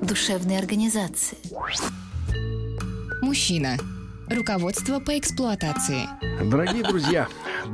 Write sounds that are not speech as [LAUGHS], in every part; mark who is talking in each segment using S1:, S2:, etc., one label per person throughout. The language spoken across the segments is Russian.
S1: душевной организации.
S2: Мужчина. Руководство по эксплуатации.
S3: Дорогие друзья,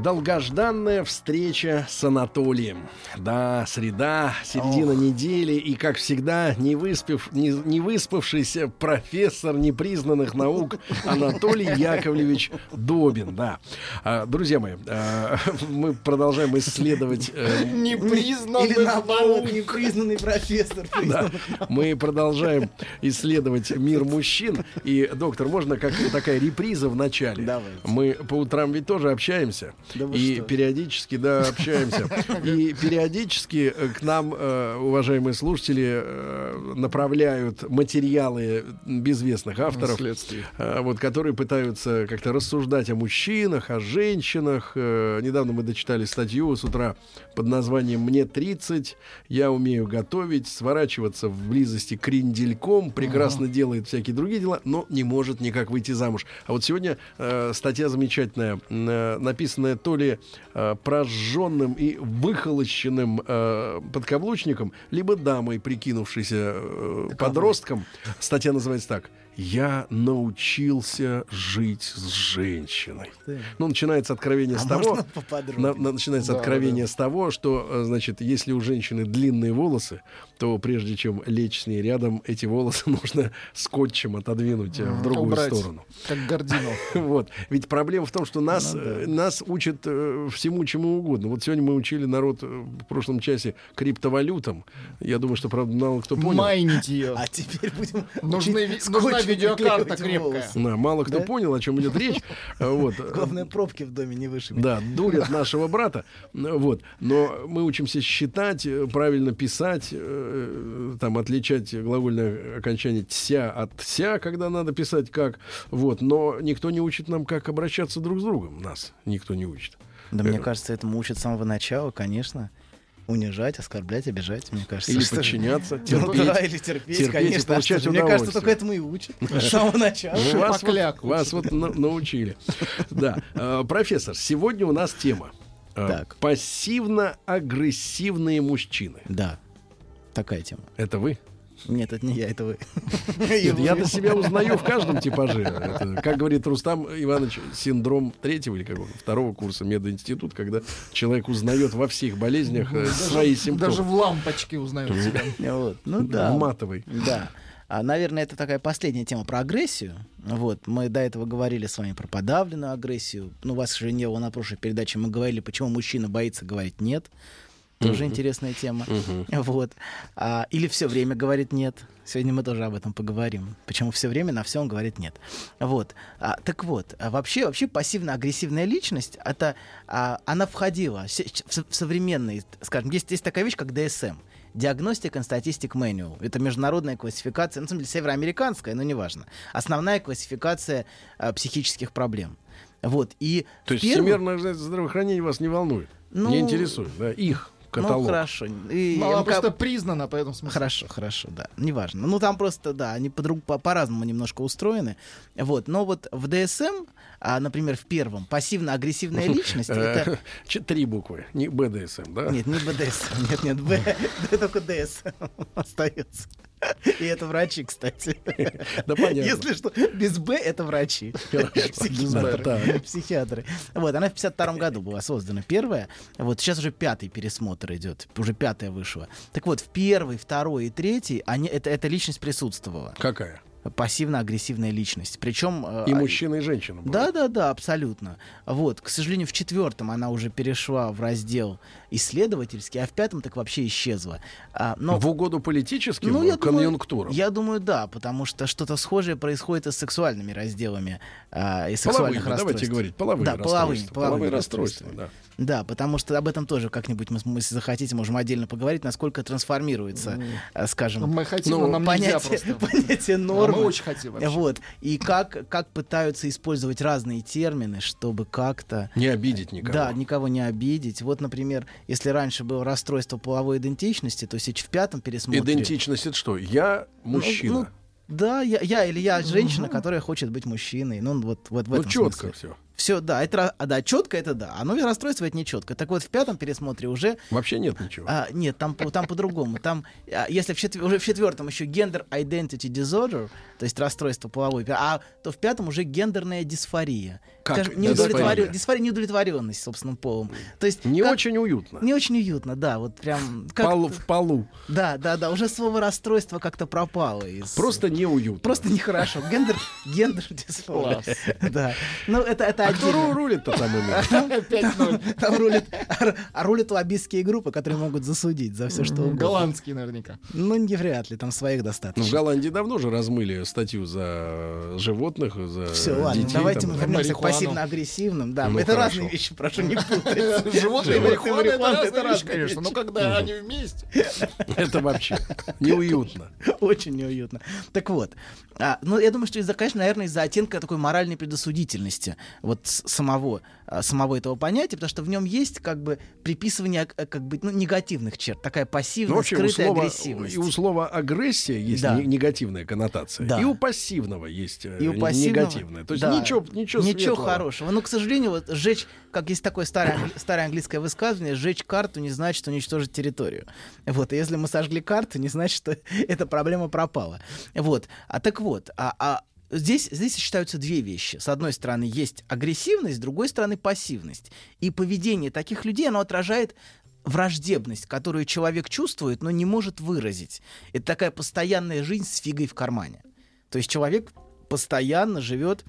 S3: долгожданная встреча с Анатолием. Да, среда, середина недели, и, как всегда, не, выспев, не, не выспавшийся профессор непризнанных наук Анатолий Яковлевич Добин. Да. А, друзья мои, а, [LAUGHS] мы продолжаем исследовать э,
S4: Непризнанный
S5: Или наоборот, непризнанный профессор.
S3: [LAUGHS] Да. Мы продолжаем исследовать мир мужчин. И, доктор, можно как такая реприза в начале?
S5: Давайте.
S3: Мы по утрам ведь тоже общаемся.
S5: Да вы
S3: и
S5: что?
S3: периодически, да,
S5: [LAUGHS]
S3: общаемся. И периодически э, к нам, э, уважаемые слушатели, э, направляют материалы безвестных авторов, э, вот, которые пытаются как-то рассуждать о мужчинах, о женщинах. Э, Недавно мы дочитали статью с утра под названием «Мне 30, я умею готовить, сворачиваться в близости крендельком, прекрасно делает всякие другие дела, но не может никак выйти замуж». А вот сегодня э, статья замечательная, м, э, написанная то ли э, прожженным и выхолощенным э, подкаблучником, либо дамой, прикинувшейся э, подростком. Статья называется так «Я научился жить с женщиной». Ну, начинается откровение с
S5: А
S3: того...
S5: можно поподробнее?
S3: на- на- начинается откровение с того, что, э, значит, если у женщины длинные волосы, то прежде чем лечь с ней рядом, эти волосы [LAUGHS] нужно скотчем отодвинуть э, в другую
S4: Убрать,
S3: сторону. [LAUGHS]
S4: Как гордину.
S5: [LAUGHS]
S3: Вот. Ведь проблема в том, что нас,
S5: Ну
S3: э, нас учат э, всему, чему угодно. Вот сегодня мы учили народ э, в прошлом часе криптовалютам. Я думаю, что, правда, мало кто понял.
S4: Майнить ее.
S5: А теперь будем...
S4: Нужны
S5: учить
S4: ви-
S5: скотчем
S4: нужна видеокарта
S5: приклеивать
S4: крепкая.
S5: волосы.
S3: Да, мало кто
S5: Да?
S3: понял, о чем идет
S5: [LAUGHS]
S3: речь. Э, Вот.
S5: Главное, пробки в доме не вышибить.
S3: Да, дурят нашего брата. Ну, Вот. Но мы учимся считать, э, правильно писать, э, там, отличать глагольное окончание «тся» от «ся», когда надо писать как. Вот. Но никто не учит нам, как обращаться друг с другом. Нас никто не учит.
S5: Да мне кажется, этому учат с самого начала, конечно. Унижать, оскорблять, обижать, мне кажется.
S3: Или
S5: [LAUGHS] что-
S3: подчиняться.
S5: Ну
S3: терпеть.
S5: да, или терпеть,
S3: Терпеть и
S5: конечно. а
S3: получать
S5: что ты? Мне кажется,
S3: удовольствие.
S5: только этому и учат.
S3: [LAUGHS]
S5: С самого начала.
S3: Ну, вас, вот,
S4: Шипокляк
S3: вас вот на- научили. Да. Э, Профессор, сегодня у нас тема. э,
S5: Так.
S3: Пассивно-агрессивные мужчины.
S5: Да, такая тема.
S3: Это вы?
S5: Нет, это не я, это вы. [LAUGHS]
S3: Нет, я-то себя узнаю в каждом типаже. Это, как говорит Рустам Иванович, синдром третьего или какого второго курса мединститут, когда человек узнает во всех болезнях э, свои симптомы.
S4: Даже в лампочке узнают себя.
S5: Вот, ну да.
S3: В матовой.
S5: Да. А, наверное, это такая последняя тема про агрессию. Вот, мы до этого говорили с вами про подавленную агрессию. Ну, вас же не было на прошлой передаче. Мы говорили, почему мужчина боится говорить «нет». Тоже интересная тема. Вот. А, или все время говорит «нет». Сегодня мы тоже об этом поговорим. Почему все время на все он говорит «нет». Вот. А, так вот, а вообще, вообще пассивно-агрессивная личность, это, а, она входила се- в, в современный, скажем, есть, есть такая вещь, как ДСМ. Diagnostic and Statistic Manual. Это международная классификация, на самом деле североамериканская, но неважно. Основная классификация а, психических проблем. Вот, и
S3: То
S5: в
S3: есть
S5: первую-
S3: всемирное здравоохранение вас не волнует,
S5: Ну,
S3: не интересует. да, их каталог. Ну, а
S5: Ну, хорошо. И
S4: Ну, Она
S5: МК
S4: просто признана, поэтому смысл.
S5: ну Хорошо, хорошо, да. Неважно. Ну, там просто, да, они подруг- по- по-разному немножко устроены. Вот. Но вот в ДСМ, а, например, в первом, пассивно-агрессивная личность, это...
S3: [LAUGHS] Э, че- Три буквы. Не БДСМ, да?
S5: Нет, не БДС. Нет, нет, Б, [LAUGHS] Б только ДС [LAUGHS] остается. И это врачи, кстати.
S3: Да понятно.
S5: Если что, без Б это врачи. [LAUGHS] Психиатры.
S3: Да, да.
S5: Психиатры. Вот, она в 52 году была создана первая. Вот сейчас уже пятый пересмотр идет. Уже пятая вышла. Так вот, в первый, второй и третий они, это, эта личность присутствовала.
S3: Какая?
S5: Пассивно-агрессивная личность. Причем... э,
S3: И мужчина, и женщина. была.
S5: да, да, да, абсолютно. Вот, к сожалению, в четвертом она уже перешла в раздел исследовательский, а в пятом так вообще исчезла. А, но
S3: В угоду политическим э,
S5: ну, я думаю-
S3: конъюнктурам.
S5: я думаю, да, потому что что-то схожее происходит и с сексуальными разделами а, и сексуальных
S3: Половыми,
S5: расстройств.
S3: давайте говорить, половые
S5: да, половыми,
S3: расстройства.
S5: половыми
S3: расстройства,
S5: расстройствами.
S3: да.
S5: Да, потому что об этом тоже как-нибудь мы, мы, если захотите, можем отдельно поговорить, насколько
S3: Ну,
S5: трансформируется, э, скажем,
S4: Мы хотим,
S5: ну,
S4: но нам нельзя
S5: понятие,
S4: просто.
S5: [LAUGHS] понятие
S4: А
S5: нормы.
S4: мы очень хотим вообще.
S5: Вот. И как, как пытаются использовать разные термины, чтобы как-то...
S3: Не обидеть никого.
S5: Да, никого не обидеть. Вот, например, если раньше было расстройство половой идентичности, то сейчас в пятом пересмотре...
S3: Идентичность это что? Я
S5: Ну,
S3: мужчина.
S5: ну, да, я, я или я женщина, которая хочет быть мужчиной. Ну, вот, вот в
S3: Ну,
S5: этом
S3: четко все.
S5: Все, да, это, ра- а, да, четко это да. Оно и расстройство это не четко. Так вот, в пятом пересмотре уже
S3: Вообще нет ничего.
S5: а, нет, там, по- там по-другому. Там, а, если в четвер- уже в четвертом еще gender identity disorder, то есть расстройство половой, а то в пятом уже гендерная дисфория.
S3: Как
S5: Скажем,
S3: дисфория?
S5: неудовлетворен- дисфория неудовлетворенность собственным полом. То есть
S3: Не
S5: как-
S3: очень уютно.
S5: не очень уютно, да, вот прям. как-
S3: Пол- в полу.
S5: Да, да, да, уже слово расстройство как-то пропало из.
S3: Просто неуютно.
S5: Просто нехорошо. Гендер, гендер дисфория. Да. Ну, это, это
S3: А кто
S5: отдельно.
S3: ру- рулит-то там ими?
S5: [LAUGHS] Там рулит, а рулят лоббистские группы, которые могут засудить за все, что угодно. [LAUGHS]
S4: Голландский наверняка.
S5: Ну, не вряд ли, там своих
S3: Ну, в
S5: достаточно.
S3: Голландии давно же размыли статью за животных, за
S5: Все, ладно,
S3: детей.
S5: давайте
S3: там,
S5: мы
S3: да.
S5: вернемся к
S4: марихуану.
S5: пассивно-агрессивным. Да,
S3: Ну,
S5: это
S3: хорошо.
S5: разные вещи, прошу не путать. [LAUGHS]
S4: Животные и марихуана это
S5: марихуана,
S4: разные
S5: это
S4: вещи,
S5: разные
S4: конечно, но
S5: вещи.
S4: когда они вместе.
S3: Это вообще
S5: [LAUGHS]
S3: неуютно.
S5: Очень неуютно. Так вот, а, ну, я думаю, что, из-за, конечно, наверное, из-за оттенка такой моральной предосудительности вот с- самого, а, самого этого понятия, потому что в нем есть как бы приписывание а, как бы, ну, негативных черт, такая
S3: Ну,
S5: пассивная,
S3: вообще, у
S5: скрытая
S3: слова,
S5: агрессивность.
S3: и у слова агрессия есть
S5: Да.
S3: не- негативная коннотация.
S5: Да.
S3: И у пассивного есть э,
S5: И у пассивного-
S3: негативная. То есть
S5: да.
S3: ничего, ничего, светлого.
S5: хорошего. Но, к сожалению, вот сжечь, как есть такое старое, англи- старое английское высказывание, сжечь карту не значит уничтожить территорию. Вот, и если мы сожгли карту, не значит, что [LAUGHS] эта проблема пропала. Вот, а так вот, а, а Здесь, здесь сочетаются две вещи. С одной стороны, есть агрессивность, с другой стороны, пассивность. И поведение таких людей, оно отражает враждебность, которую человек чувствует, но не может выразить. Это такая постоянная жизнь с фигой в кармане. То есть человек постоянно живет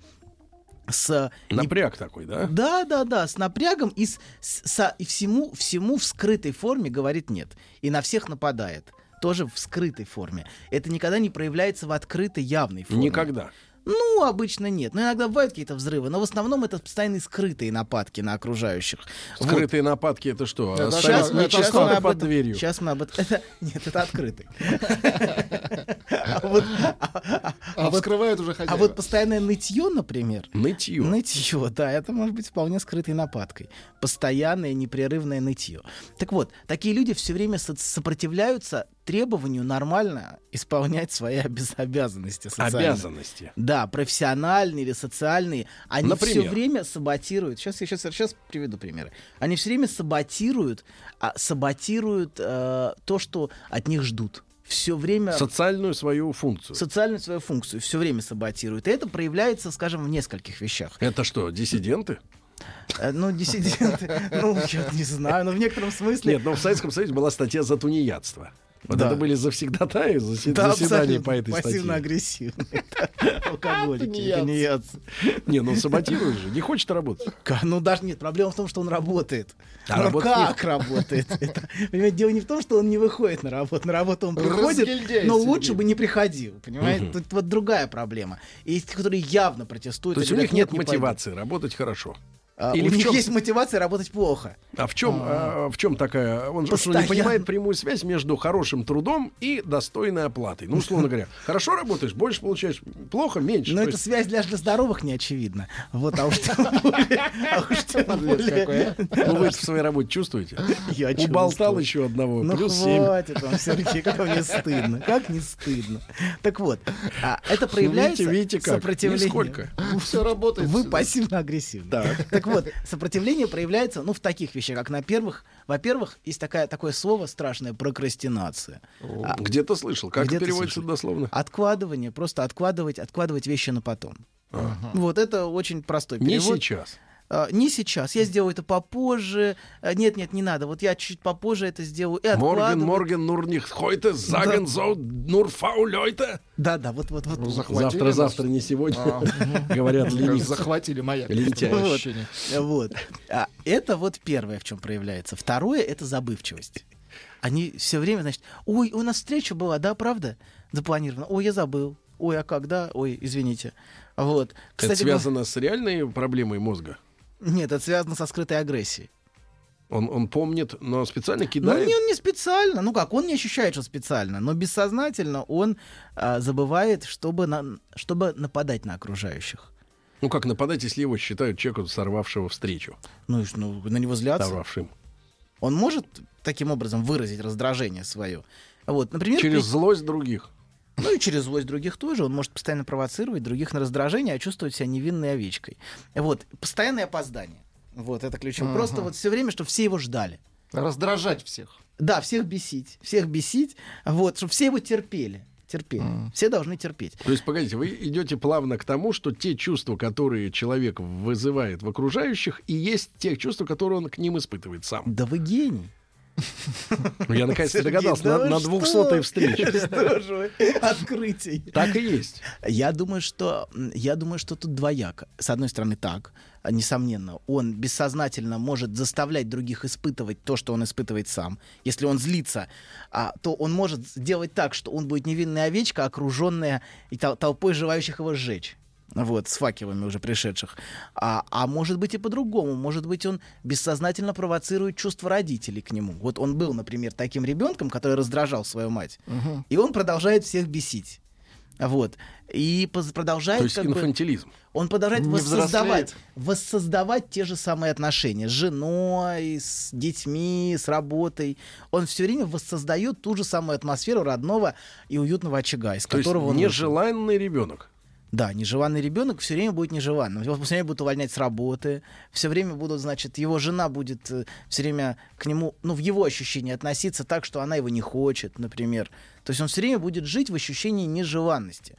S5: с э, не-
S3: Напряг такой, да?
S5: да, да, да, с напрягом и, с, с- со- и всему, всему в скрытой форме говорит нет. И на всех нападает. Тоже в скрытой форме. Это никогда не проявляется в открытой явной форме.
S3: Никогда.
S5: Ну, обычно нет. Но иногда бывают какие-то взрывы. Но в основном это постоянные скрытые нападки на окружающих.
S3: Скрытые нападки это что?
S4: Это
S3: Оставить
S4: щас-
S3: не
S4: это
S3: чисто
S4: основное
S3: под дверью.
S5: Сейчас мы об этом... [LAUGHS] это- Нет, это открытый.
S3: [LAUGHS]
S5: А вот- а-
S4: А вскрывают уже
S5: А
S4: хозяева.
S5: вот постоянное нытье, например,
S3: Нытье.
S5: Нытье, да, это может быть вполне скрытой нападкой. Постоянное непрерывное нытье. Так вот, такие люди все время со- сопротивляются требованию нормально исполнять свои обяз- обязанности социальные.
S3: Обязанности.
S5: Да, профессиональные или социальные. Они все
S3: Например?
S5: время саботируют. Сейчас я сейчас, сейчас приведу примеры. Они все время саботируют, а, саботируют э, то, что от них ждут. Все время
S3: Социальную свою функцию.
S5: социальную свою функцию все время саботируют. И это проявляется, скажем, в нескольких вещах.
S3: Это что, диссиденты?
S5: Э, Ну, диссиденты, ну, я не знаю, но в некотором смысле...
S3: Нет, но в Советском Союзе была статья за тунеядство. Вот
S5: Да.
S3: это были завсегдатаи засе-
S5: Да,
S3: заседания
S5: абсолютно
S3: по этой статье.
S5: Пассивно-агрессивные. да, Алкоголики, тунеядцы.
S3: Не, ну саботируешь же, не хочет работать.
S5: Ка- Ну, даже нет, проблема в том, что он работает.
S3: А
S5: Но
S3: работать не-
S5: как работает? [LAUGHS] Это, понимаете, дело не в том, что он не выходит на работу. На работу он приходит,
S4: Разгильдяй
S5: но
S4: сидит.
S5: лучше бы не приходил. Понимаете? Тут вот другая проблема. Есть, те, которые явно протестуют.
S3: То есть
S5: и
S3: у
S5: говорят,
S3: них нет
S5: не пойду».
S3: мотивации работать хорошо.
S5: А,
S3: Или
S5: У
S3: в
S5: них
S3: чем-
S5: есть мотивация работать плохо.
S3: А в чем, а, в чем такая? Он же что, не
S5: Постоянно.
S3: понимает прямую связь между хорошим трудом и достойной оплатой. Ну, условно говоря, хорошо работаешь, больше получаешь, плохо, меньше.
S5: Но
S3: То
S5: эта
S3: есть
S5: связь для, для здоровых не очевидна. Вот, а уж
S3: [LAUGHS]
S5: тем более... а уж тем более- [LAUGHS]
S4: а?
S3: Ну, вы это в своей работе чувствуете?
S5: Я
S3: А, Уболтал
S5: чувствую.
S3: еще одного,
S5: Ну
S3: плюс семь.
S5: хватит вам, Сергей, как вам не стыдно. Как не стыдно. Так вот, а, это проявляется
S3: Ну, видите, видите как.
S5: сопротивление.
S3: Нисколько.
S4: Все работает.
S5: Вы
S4: Ну, всё.
S5: пассивно-агрессивны. Так вот, сопротивление проявляется, ну, в таких вещах, как на первых. Во-первых, есть такая, такое слово страшное прокрастинация. А,
S3: Где-то слышал. Как
S5: Где-то
S3: переводится
S5: слышал.
S3: дословно?
S5: Откладывание, просто откладывать, откладывать вещи на потом. Вот это очень простой
S3: Не
S5: перевод.
S3: сейчас.
S5: А, не сейчас, я сделаю это попозже. А, Нет, нет, не надо. Вот я чуть попозже это сделаю. И
S3: Морген,
S5: откладываю.
S3: Морген, Нурних, Хойте, Заген, Зоут, Нурфаулёйте.
S5: Да, да, вот, вот, вот.
S4: Ну, захватили
S3: Завтра,
S5: [LAUGHS]
S4: нас.
S3: завтра, не сегодня.
S4: А, мгм.
S3: [LAUGHS] Говорят,
S4: Мне кажется,
S3: ленивцы.
S4: Захватили маяк.
S3: Лентяи.
S4: Такое
S5: Вот.
S4: ощущение.
S5: Вот. А это вот первое, в чем проявляется. Второе это забывчивость. Они все время, значит, ой, у нас встреча была, да, правда? Запланирована. Ой, я забыл. Ой, а когда? Ой, извините. Вот.
S3: Это
S5: ну, мы-
S3: связано с реальной проблемой мозга.
S5: Нет, это связано со скрытой агрессией.
S3: Он, он помнит, но специально
S5: Ну,
S3: кидает.
S5: не, он не специально. Ну как, он не ощущает, что специально, но бессознательно он а, забывает, чтобы, на- чтобы нападать на окружающих.
S3: Ну, как нападать, если его считают человеком, сорвавшего встречу.
S5: Ну, и ж, ну на него злятся.
S3: Сорвавшим.
S5: Он может таким образом выразить раздражение свое. Вот, например,
S3: Через злость других.
S5: Ну и через злость других тоже. Он может постоянно провоцировать других на раздражение, а чувствовать себя невинной овечкой. Вот. Постоянное опоздание. Вот это ключевое.
S4: Ага.
S5: Просто вот все время, что все его ждали.
S4: Раздражать всех.
S5: Да, всех бесить. Всех бесить. Вот. Чтобы все его терпели. Терпели.
S4: Мгм.
S5: Все должны терпеть.
S3: То есть, погодите, вы идете плавно к тому, что те чувства, которые человек вызывает в окружающих, и есть те чувства, которые он к ним испытывает сам.
S5: Да вы гений.
S3: Ну, Я наконец-то
S5: Сергей,
S3: догадался
S5: да
S3: на,
S5: вы
S3: на
S5: что?
S3: 200-й встрече.
S5: [LAUGHS] Что же вы? Открытий.
S3: Так и есть.
S5: Я думаю, что м, я думаю, что тут двояко. С одной стороны, так, а, несомненно, он бессознательно может заставлять других испытывать то, что он испытывает сам. Если он злится, а, то он может сделать так, что он будет невинная овечка, окруженная и тол- толпой желающих его сжечь. Вот, с факелами уже пришедших. А, а может быть и по-другому. Может быть, он бессознательно провоцирует чувства родителей к нему. Вот он был, например, таким ребенком, который раздражал свою мать. И он продолжает всех бесить. Вот. И поз- продолжает...
S3: То есть
S5: как бы-
S3: инфантилизм.
S5: он продолжает
S4: Не
S5: воссоздавать,
S4: взрослеет.
S5: воссоздавать те же самые отношения с женой, с детьми, с работой. Он все время воссоздает ту же самую атмосферу родного и уютного очага, из
S3: То есть
S5: которого он вышел.
S3: нежеланный ребенок.
S5: Да, нежеланный ребенок все время будет нежеланным. Его все время будут увольнять с работы, все время будут, значит, его жена будет все время к нему, ну, в его ощущении относиться так, что она его не хочет, например. То есть он все время будет жить в ощущении нежеланности.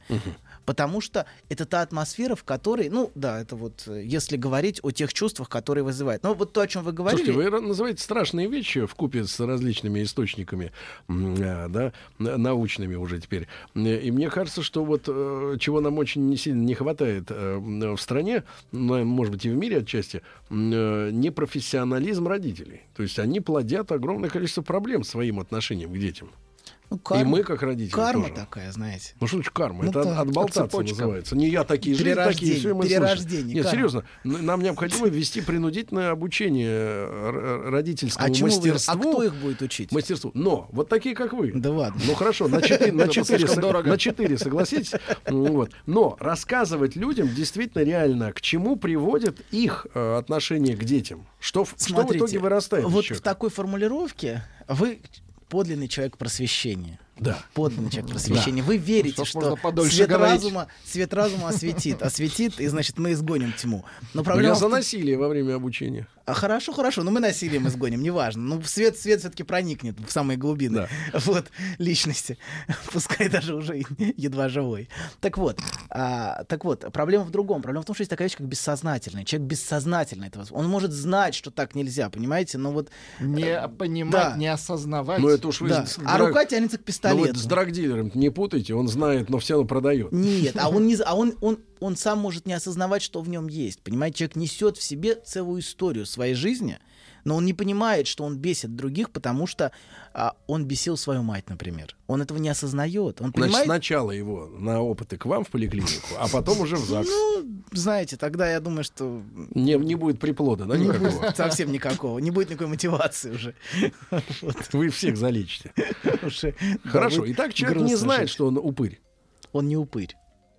S5: Потому что это та атмосфера, в которой, ну, да, это вот, э, если говорить о тех чувствах, которые вызывает. Ну, вот то, о чем вы говорили.
S3: Слушайте, вы ра- называете страшные вещи в купе с различными источниками, м, э, да, н- научными уже теперь. М, э, И мне кажется, что вот э, чего нам очень не сильно не хватает э, м, в стране, но, может быть, и в мире отчасти, м, э, непрофессионализм родителей. То есть они плодят огромное количество проблем своим отношением к детям.
S5: Ну, карма.
S3: И мы, как родители,
S5: Карма
S3: тоже.
S5: такая, знаете.
S3: Ну что значит карма?
S5: Ну
S3: это
S5: да,
S3: от- отболтаться
S4: цепочка.
S3: называется. Не я такие жизни, такие
S5: Перерождение,
S3: все мы
S5: перерождение,
S3: слышим. Нет,
S5: карма.
S3: серьезно, н- нам необходимо ввести принудительное обучение э, р- родительскому
S5: А, чему вы-
S3: мастерству.
S5: а кто их будет учить?
S3: Мастерству. Но вот такие, как вы.
S5: Да ладно.
S3: Ну хорошо, на 4, на
S4: Это
S3: четыре
S4: слишком
S3: сог-
S4: дорого.
S3: на четыре согласитесь. Ну, Вот. Но рассказывать людям действительно реально, к чему приводит их э, отношение к детям. Что, в- что в
S5: Смотрите,
S3: итоге вырастает из
S5: Вот в
S3: человека?
S5: такой формулировке вы подлинный человек просвещения.
S3: Да. Ну,
S5: Подлинный человек просвещения. Вы верите,
S4: Чтоб
S5: что
S4: можно подольше
S5: свет
S4: говорить.
S5: разума, свет разума осветит. Осветит, и значит, мы изгоним тьму. Но
S3: Но Ну, я
S5: проблема в
S3: за
S5: том-
S3: насилие во время обучения.
S5: А, Хорошо, хорошо, но мы насилием изгоним, неважно. Ну, свет, свет все-таки проникнет в самые глубины вот, личности, пускай даже уже и едва живой. Так вот, а, так вот, проблема в другом. Проблема в том, что есть такая вещь, как бессознательное. Человек бессознательно это воз- Он может знать, что так нельзя, понимаете, но вот...
S4: Не понимать,
S5: Э, Да.
S4: не осознавать.
S3: Но Ну, это уж вы
S5: да.
S3: с-
S5: А
S3: дра-
S5: рука тянется к
S3: Ну
S5: пистолету.
S3: вот с драгдилером не путайте, он знает, но все равно продает.
S5: Нет, а он не, за- а он, он, он сам может не осознавать, что в нем есть. Понимаете, человек несет в себе целую историю своей жизни, но он не понимает, что он бесит других, потому что а, он бесил свою мать, например. Он этого не осознает. Он
S3: Значит,
S5: понимает.
S3: сначала его на опыты к вам в поликлинику, а потом уже в ЗАГС.
S5: Ну, знаете, тогда я думаю, что
S3: Не, не будет приплода, да,
S5: не
S3: никакого?
S5: будет совсем никакого, не будет никакой мотивации уже. [LAUGHS] Вот,
S3: Вы всех залечите.
S5: уже, да,
S3: Хорошо.
S5: будет
S3: Итак, человек не
S5: грустно
S3: знает,
S5: жить.
S3: что он упырь.
S5: он не упырь.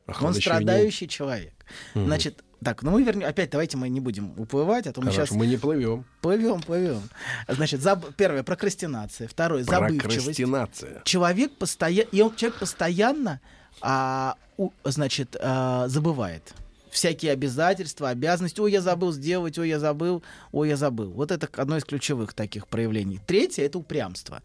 S3: Ах,
S5: Он
S3: ещё и не-
S5: страдающий человек.
S3: Мгм.
S5: Значит, так, ну мы вернем. Опять давайте мы не будем уплывать, а то мы
S3: Хорошо,
S5: сейчас
S3: мы не плывем.
S5: Плывем, плывем. Значит, заб- первое прокрастинация, второе забывчивость.
S3: Прокрастинация.
S5: Человек постоянно, и он человек постоянно, а, у- значит, а, забывает всякие обязательства, обязанности. Ой, я забыл сделать, ой, я забыл, ой, я забыл. Вот это одно из ключевых таких проявлений. Третье это упрямство.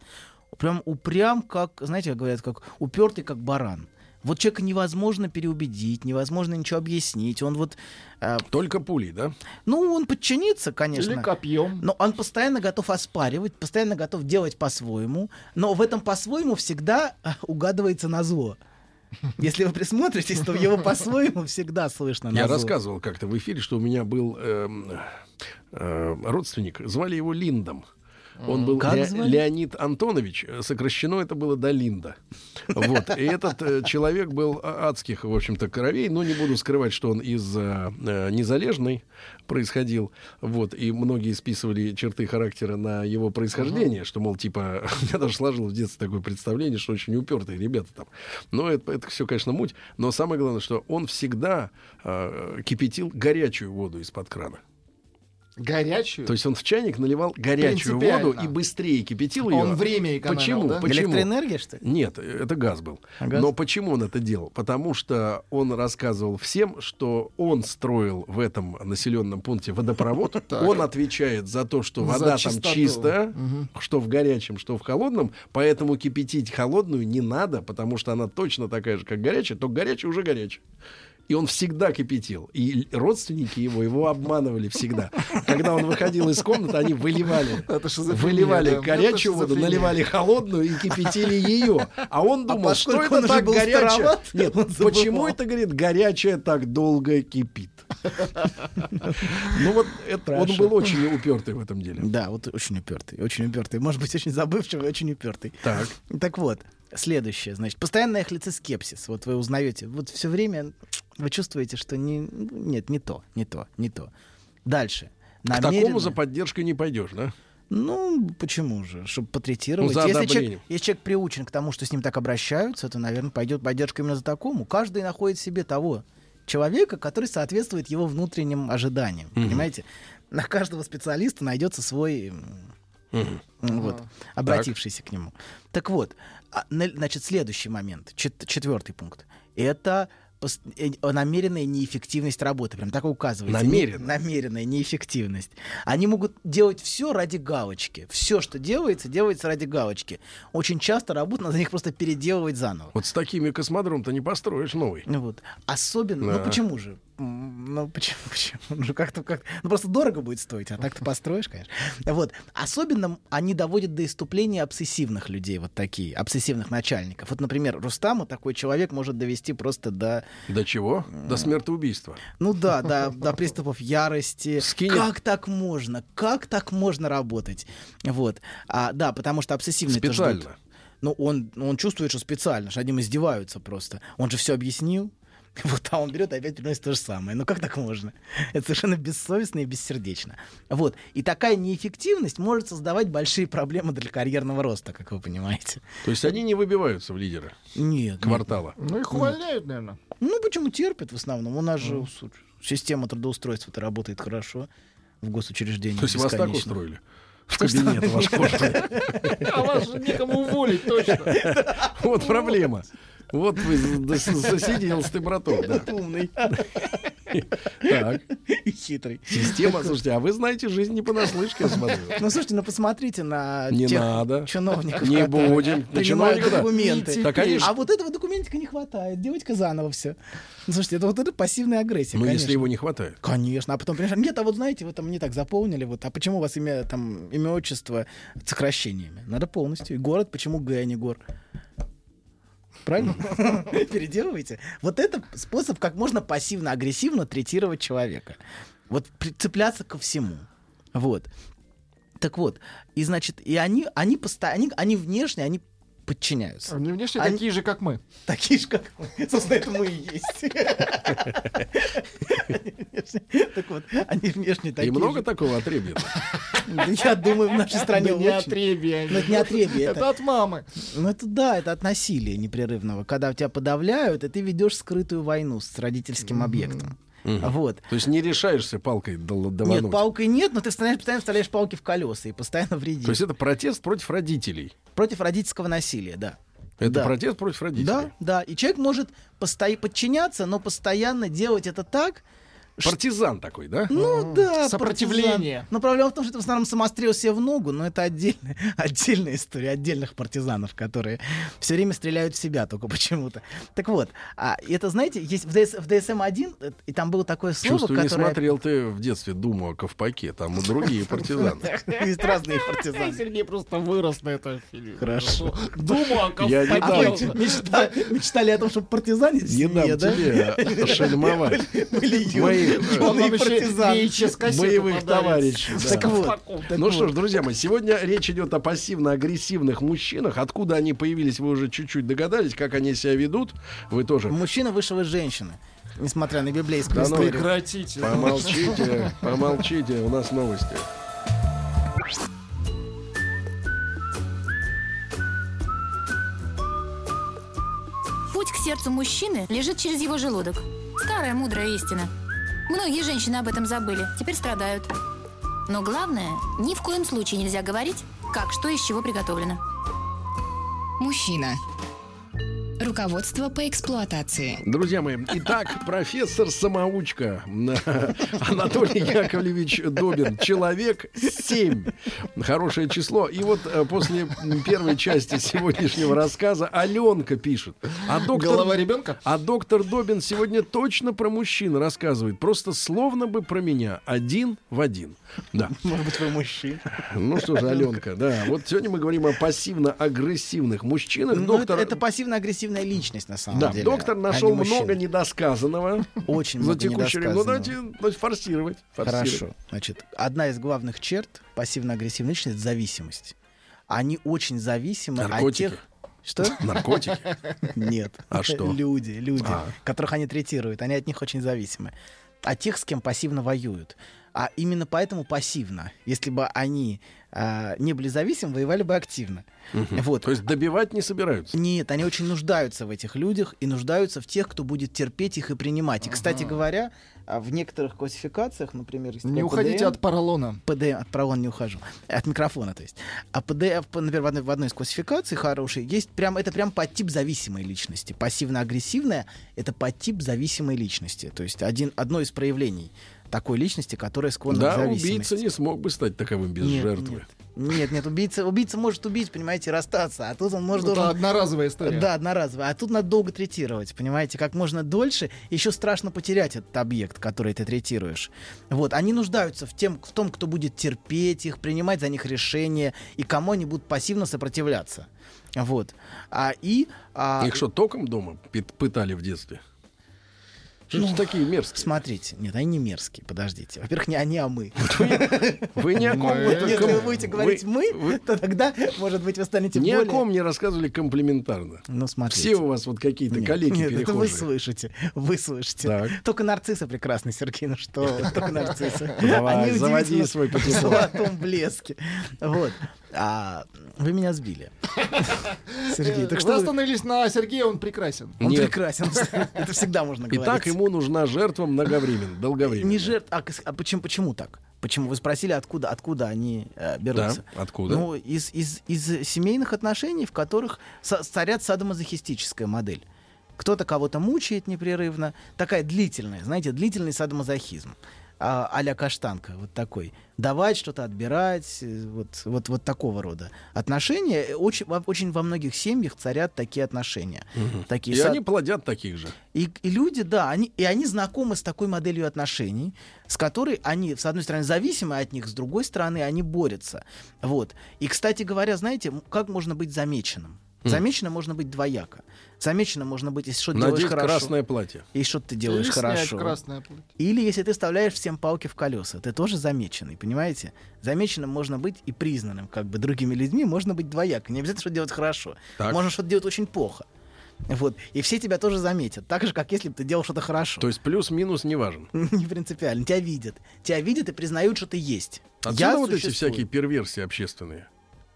S5: Прям упрям, как, знаете, как говорят, как упертый, как баран. Вот человека невозможно переубедить, невозможно ничего объяснить. Он вот, а,
S3: Только пулей, да?
S5: ну, он подчинится, конечно.
S4: Или копьем.
S5: Но он постоянно готов оспаривать, постоянно готов делать по-своему, но в этом по-своему всегда а, угадывается на зло. Если вы присмотритесь, то в его по-своему всегда слышно
S3: Я
S5: назло.
S3: рассказывал как-то в эфире, что у меня был эм, э, родственник, звали его Линдом. Он был
S5: Как
S3: Ле-
S5: звали?
S3: Леонид Антонович. Э, Сокращено это было до Линда. Вот. И этот э, человек был а- адских, в общем-то, кровей. Но не буду скрывать, что он из э, э, Незалежной происходил. Вот. И многие списывали черты характера на его происхождение, что, мол, типа, [LAUGHS] у меня даже сложилось в детстве такое представление, что очень упертые ребята там. Но это, все, конечно, муть. Но самое главное, что он всегда э, кипятил горячую воду из-под крана.
S4: Горячую?
S3: То есть он в чайник наливал горячую
S4: Принципиально.
S3: воду и быстрее кипятил ее.
S4: Он время экономил,
S3: Почему?
S4: да?
S3: Почему?
S5: Электроэнергия, что ли?
S3: Нет, это газ был.
S5: А газ?
S3: Но почему он это делал? Потому что он рассказывал всем, что он строил в этом населенном пункте
S4: [LAUGHS]
S3: водопровод. Он отвечает за то, что
S4: За
S3: вода там
S4: чистоту.
S3: чистая, что в горячем, что в холодном. Поэтому кипятить холодную не надо, потому что она точно такая же, как горячая, только горячая уже горячая. И он всегда кипятил. И л- родственники его его обманывали всегда. Когда он выходил из комнаты, они выливали,
S4: Это шизофрения,
S3: выливали
S4: да. Это
S3: горячую воду,
S4: шизофрения.
S3: наливали холодную и кипятили ее. А он думал, что
S5: поскольку
S3: это
S5: он уже
S3: так
S5: был
S3: горячее.
S5: староват,
S3: Нет,
S5: он забывал.
S3: почему это, говорит, горячее так долго [LAUGHS] кипит? Ну вот это- он
S5: Страшно.
S3: был очень упертый в этом деле.
S5: Да, вот очень упертый, очень упертый. Может быть, очень забывчивый, очень упертый.
S3: Так.
S5: Так вот, следующее, значит, постоянная хлицескепсис. Вот вы узнаете, вот все время вы чувствуете, что не, ну, нет, не то, не то, не то. Дальше.
S3: К
S5: Намеренно-
S3: такому за поддержкой не пойдешь, да?
S5: Ну, почему же? Чтобы потретировать.
S3: Ну, за
S5: если,
S3: одобрение.
S5: человек, если человек приучен к тому, что с ним так обращаются, то, наверное, пойдет поддержка именно за такому. Каждый находит себе того человека, который соответствует его внутренним ожиданиям. Понимаете? На каждого специалиста найдется свой м, м, вот, обратившийся к нему. Так вот, а, на- значит, следующий момент, чет- четвертый пункт. Это пос- э, намеренная неэффективность работы. Прям так и указывается. Не-
S3: Намеренно.
S5: намеренная неэффективность. Они могут делать все ради галочки. Все, что делается, делается ради галочки. Очень часто работу надо их просто переделывать заново.
S3: Вот с такими космодром-то не построишь новый.
S5: Ну Вот. Особенно,
S3: Да.
S5: ну почему же? М, Ну почему, [LAUGHS] почему? Ну как-то как Ну просто дорого будет стоить, а так-то построишь, конечно. Вот. Особенно они доводят до иступления обсессивных людей, вот такие, обсессивных начальников. Вот, например, Рустаму такой человек может довести просто до
S3: До чего? До смертоубийства.
S5: ну да, да, до приступов ярости.
S3: Скинет.
S5: Как так можно? Как так можно работать? Вот. А, да, потому что обсессивный
S3: Специально.
S5: Ну, он, он чувствует, что специально, что над ним издеваются просто. Он же все объяснил. [LAUGHS] Вот, а он берет и опять приносит то же самое. Ну как так можно? Это совершенно бессовестно и бессердечно. Вот. И такая неэффективность может создавать большие проблемы для карьерного роста, как вы понимаете.
S3: То есть они не выбиваются в лидера
S5: Нет. нет.
S3: квартала.
S4: Ну, их увольняют, наверное.
S5: Ну, почему терпят в основном? У нас же
S3: Ну.
S5: суд- система трудоустройства-то работает хорошо в госучреждениях.
S3: То есть вас так
S5: бесконечно.
S3: устроили? В кабинет ваш кожаный.
S4: [LAUGHS] А вас же некому уволить, точно.
S5: Ну
S3: Вот проблема. Вот вы засиделся ты, браток. да.
S5: Умный
S3: Так.
S5: и хитрый.
S3: Система, слушайте, а вы знаете жизнь не понаслышке, я смотрю.
S5: Ну, слушайте, ну посмотрите на
S3: Не
S5: тех
S3: надо.
S5: чиновников,
S3: Не
S5: которые
S3: будем. На
S5: принимают
S3: чиновника, да.
S5: документы.
S3: Да, конечно.
S5: А вот этого документика не хватает. Девочка заново все. Слушайте, это вот это пассивная агрессия,
S3: Ну,
S5: конечно.
S3: если его не хватает.
S5: Конечно, а потом, понимаешь, нет, а вот знаете, вы там не так заполнили, вот, а почему у вас имя, там, имя, отчество с сокращениями? Надо полностью. И город, почему Г, а не Гор? Правильно? [LAUGHS] Переделывайте. Вот это способ, как можно пассивно-агрессивно третировать человека. Вот прицепляться ко всему. Вот. Так вот, и значит, и они, они, посто... они, они внешне, они
S6: А
S5: подчиняются.
S4: Они внешне
S5: Они-
S4: такие же, как мы.
S5: Такие же, как мы. Собственно, это мы и есть. Так вот, они внешне такие
S3: И много
S5: же.
S3: такого отребья.
S5: Да Я думаю, в нашей стране
S4: Да не
S5: очень.
S4: отребья они.
S5: Ну, это не отребье, это-
S4: Это от мамы.
S5: Ну, это да, это от насилия непрерывного. Когда тебя подавляют, и ты ведешь скрытую войну с родительским объектом. Вот.
S3: То есть не решаешься палкой дол-
S5: Нет,
S3: давануть.
S5: палкой нет, но ты вставляешь- постоянно вставляешь палки в колеса и постоянно
S3: То есть
S5: вредишь.
S3: это протест против родителей.
S5: Против родительского насилия, да.
S3: Это
S5: Да.
S3: протест против родителей.
S5: Да, да. И человек может посто- подчиняться, но постоянно делать это так,
S3: Партизан такой, да?
S5: Ну да,
S4: Сопротивление.
S5: партизан. Но проблема в том, что это в основном самострел себе в ногу, но это отдельная, [LAUGHS] отдельная история отдельных партизанов, которые все время стреляют в себя только [LAUGHS] почему-то. Так вот, а это, знаете, есть в, DS в DSM-1, э, и там было такое слово,
S3: Чувствую, не
S5: которое...
S3: смотрел ты в детстве «Думу о ковпаке», там и другие партизаны.
S5: [LAUGHS] Есть разные
S4: Ай,
S5: партизаны.
S4: Сергей просто вырос на этом фильме.
S5: Хорошо.
S4: Думал, о
S3: Я не
S5: А вы
S3: дам.
S4: ковпаке.
S5: мечта- мечтали о том, чтобы партизане
S3: Не дам тебе шельмовать
S5: [LAUGHS] были юные.
S3: моей боевых, э,
S4: Он нам
S5: и
S4: еще
S5: партизан.
S4: VHS-кассету
S3: боевых
S4: подарит.
S3: товарищей.
S4: С
S3: да.
S4: ковпаком.
S3: Ну что ж, друзья мои, сегодня речь идет о пассивно-агрессивных мужчинах. Откуда они появились, вы уже чуть-чуть догадались, как они себя ведут. Вы тоже
S5: Мужчина вышел из женщины, несмотря на библейскую
S3: Да ну.
S5: историю.
S4: Прекратите.
S3: помолчите, помолчите, у нас новости.
S1: Путь к сердцу мужчины лежит через его желудок. Старая мудрая истина. Многие женщины об этом забыли, теперь страдают. Но главное, ни в коем случае нельзя говорить, как что из чего приготовлено.
S2: Мужчина. Руководство по эксплуатации.
S3: Друзья мои, итак, профессор-самоучка Анатолий Яковлевич Добин. Человек 7. Хорошее число. И вот э, после первой части сегодняшнего рассказа Аленка пишет. А
S6: Ну,
S4: Голова
S3: доктор,
S4: ребенка?
S3: а доктор Добин сегодня точно про мужчин рассказывает. Просто словно бы про меня. Один в один. Да.
S5: Может быть, вы мужчина.
S3: Ну что же, Аленка, да. Вот сегодня мы говорим о пассивно-агрессивных мужчинах.
S5: Ну,
S3: доктор...
S5: это, это пассивно-агрессивная личность, на самом
S3: Да,
S5: деле.
S3: доктор нашел
S5: Они мужчины.
S3: много недосказанного.
S5: Очень
S3: за
S5: много
S3: текущее время. Ну, давайте
S5: недосказанного.
S3: значит, форсировать. форсировать.
S5: Хорошо. Значит, одна из главных черт пассивно-агрессивной личности — зависимость. Они очень зависимы
S3: Наркотики.
S5: от тех... Что?
S3: Наркотики.
S5: Нет.
S3: А что?
S5: [LAUGHS] Люди, люди,
S3: А.
S5: которых они третируют. Они от них очень зависимы. А тех, с кем пассивно воюют. А именно поэтому пассивно. Если бы они а, не были зависимы, воевали бы активно. Вот.
S3: То есть добивать не собираются.
S5: Нет, они очень нуждаются в этих людях и нуждаются в тех, кто будет терпеть их и принимать. И, кстати говоря, а, в некоторых классификациях, например,
S6: Не уходите от поролона.
S5: ПД, от поролона не ухожу, от микрофона, то есть. А ПД, в- например, в одной, в одной из классификаций хорошей есть прям, это прям подтип зависимой личности. Пассивно-агрессивная — это подтип зависимой личности. То есть один, одно из проявлений такой личности, которая склонна к
S3: Да,
S5: зависимости.
S3: убийца не смог бы стать таковым без
S5: Нет,
S3: жертвы.
S5: Нет, нет, убийца, убийца может убить, понимаете, и расстаться, а тут он может...
S6: Ну,
S5: должен
S6: Это одноразовая история.
S5: Да, одноразовая. А тут надо долго третировать, понимаете, как можно дольше. Еще страшно потерять этот объект, который ты третируешь. Вот, они нуждаются в, тем, в том, кто будет терпеть их, принимать за них решения, и кому они будут пассивно сопротивляться. Вот. А и... а,
S3: Их что, током дома пит- пытали в детстве? Что ж такие мерзкие?
S5: Ну, Смотрите, нет, они не мерзкие, подождите. Во-первых, не они, а мы.
S3: Вы ни о ком...
S6: Мы-
S3: вот
S5: Если
S3: ком-
S5: вы будете говорить
S3: вы-
S5: мы, то тогда, может быть, вы станете
S3: Ни о
S5: более-
S3: ком не рассказывали комплиментарно.
S5: Ну, смотрите.
S3: Все у вас вот какие-то
S5: Нет,
S3: коллеги
S5: нет, это вы
S3: перехожие.
S5: слышите, вы слышите.
S3: Так.
S5: Только нарциссы прекрасны, Сергей, ну что вы, только нарциссы.
S3: [LAUGHS] Давай,
S5: Они
S3: заводи
S5: удивительно
S3: свой
S5: [LAUGHS] в
S3: патефон.
S5: золотом блеске. Вот. А, вы
S3: [LAUGHS]
S5: меня сбили. Сергей, так
S6: Э, Вы
S5: что вы-
S6: остановились на Сергея, он прекрасен.
S5: он
S3: Нет.
S5: прекрасен. [LAUGHS] Это всегда можно говорить.
S3: Итак, ему нужна жертва многовременно, долговременно.
S5: Не жертв, а, кос- а почему, почему так? Почему вы спросили, откуда, откуда они э, берутся?
S3: Да, откуда?
S5: Ну, из, из, из семейных отношений, в которых со- царят садомазохистическая модель. Кто-то кого-то мучает непрерывно. Такая длительная, знаете, длительный садомазохизм. А, а-ля каштанка, вот такой. Давать что-то, отбирать, э, вот, вот, вот такого рода отношения. Э, Очень, во- очень во многих семьях царят такие отношения. Такие
S3: И
S5: са-
S3: они плодят таких же.
S5: и, и люди, да, они, и они знакомы с такой моделью отношений, с которой они, с одной стороны, зависимы от них, с другой стороны, они борются. Вот. И, кстати говоря, знаете, м- как можно быть замеченным? Замеченным можно быть двояко. Замеченным можно быть, если что-то
S3: Надеть
S5: делаешь хорошо.
S3: красное платье.
S5: И что-то ты делаешь
S6: Или снять
S5: хорошо.
S6: красное платье.
S5: Или если ты вставляешь всем палки в колеса, ты тоже замеченный, понимаете? Замеченным можно быть и признанным, как бы другими людьми можно быть двояко. Не обязательно что-то делать хорошо.
S3: Так.
S5: Можно что-то делать очень плохо. Вот. И все тебя тоже заметят. Так же, как если бы ты делал что-то хорошо.
S3: То есть плюс-минус не важен.
S5: [LAUGHS] Не принципиально. Тебя видят. Тебя видят и признают, что ты есть.
S3: Отсюда А вот эти
S5: существую.
S3: всякие перверсии общественные.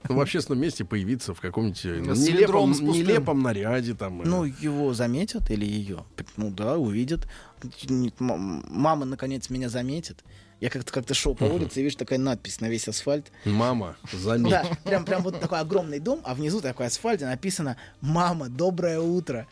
S3: Ну, в общественном месте появиться в каком-нибудь э,
S6: С синдром
S3: нелепом,
S6: с пустым.
S3: нелепом наряде там. э.
S5: Ну, его заметят или ее? Ну да, увидят. Нет, м- Мама, наконец, меня заметит. Я как-то как-то шел по улице и вижу такая надпись на весь асфальт.
S3: Мама, заметь.
S5: Да, прям, прям вот такой огромный дом, а внизу такой асфальт, и написано «Мама,
S3: [LAUGHS]
S5: доброе утро».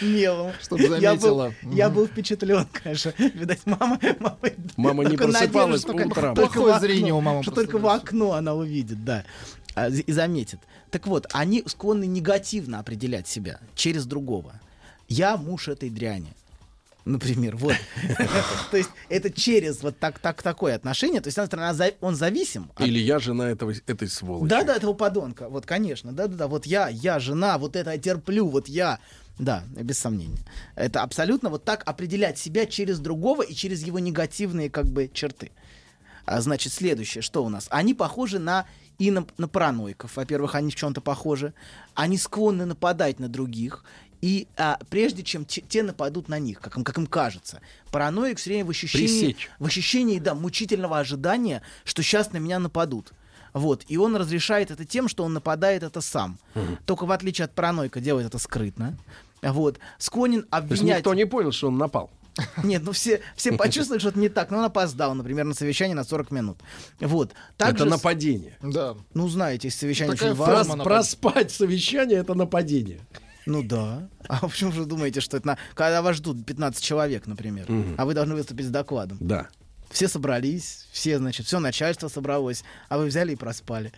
S5: Мелом.
S6: Чтоб
S5: Я был-
S6: заметила.
S5: Я был впечатлен, конечно. Видать, мама... Мама,
S3: Мама не
S5: только надежда,
S3: просыпалась по
S5: только-
S3: утрам.
S5: только
S6: Плохое
S5: в окно,
S6: зрение у мамы
S5: Что
S6: просто
S5: только в
S6: было.
S5: окно она увидит, да. а, з- И заметит. Так вот, они склонны негативно определять себя через другого. Я муж этой дряни. Например, вот. [LAUGHS] То есть это через вот так, так, такое отношение. То есть, с одной стороны, она за- он зависим а от
S3: Или я жена этого, этой сволочи.
S5: да, да, этого подонка. Вот, конечно, да, да, да. Вот я, я жена, вот это я терплю, вот я. Да, без сомнения. Это абсолютно вот так определять себя через другого и через его негативные как бы черты. А значит, следующее, что у нас? Они похожи на и на, на параноиков. Во-первых, они в чем-то похожи. Они склонны нападать на других. И а, прежде чем те, те нападут на них, как им, как им кажется, параноик все время в ощущении,
S3: Пресечь.
S5: в ощущении да, мучительного ожидания, что сейчас на меня нападут. Вот. И он разрешает это тем, что он нападает это сам. Только в отличие от параноика делает это скрытно. Вот. Склонен
S3: То есть
S5: обвинять...
S3: никто не понял, что он напал.
S5: [LAUGHS] Нет, ну все, все
S3: [LAUGHS]
S5: почувствовали, что это не так. Но он опоздал, например, на совещание на 40 минут. Вот.
S3: это
S5: Также, с-
S3: нападение.
S6: Да.
S5: ну, знаете, если совещание
S6: Такая
S5: очень
S6: фраза.
S3: Прос-
S5: важно...
S6: Форма нападения.
S3: проспать совещание это нападение.
S5: Ну да. [LAUGHS] А почему же вы думаете, что это... на- Когда вас ждут 15 человек, например, а вы должны выступить с докладом.
S3: Да.
S5: Все собрались, все, значит, все начальство собралось, а вы взяли и проспали.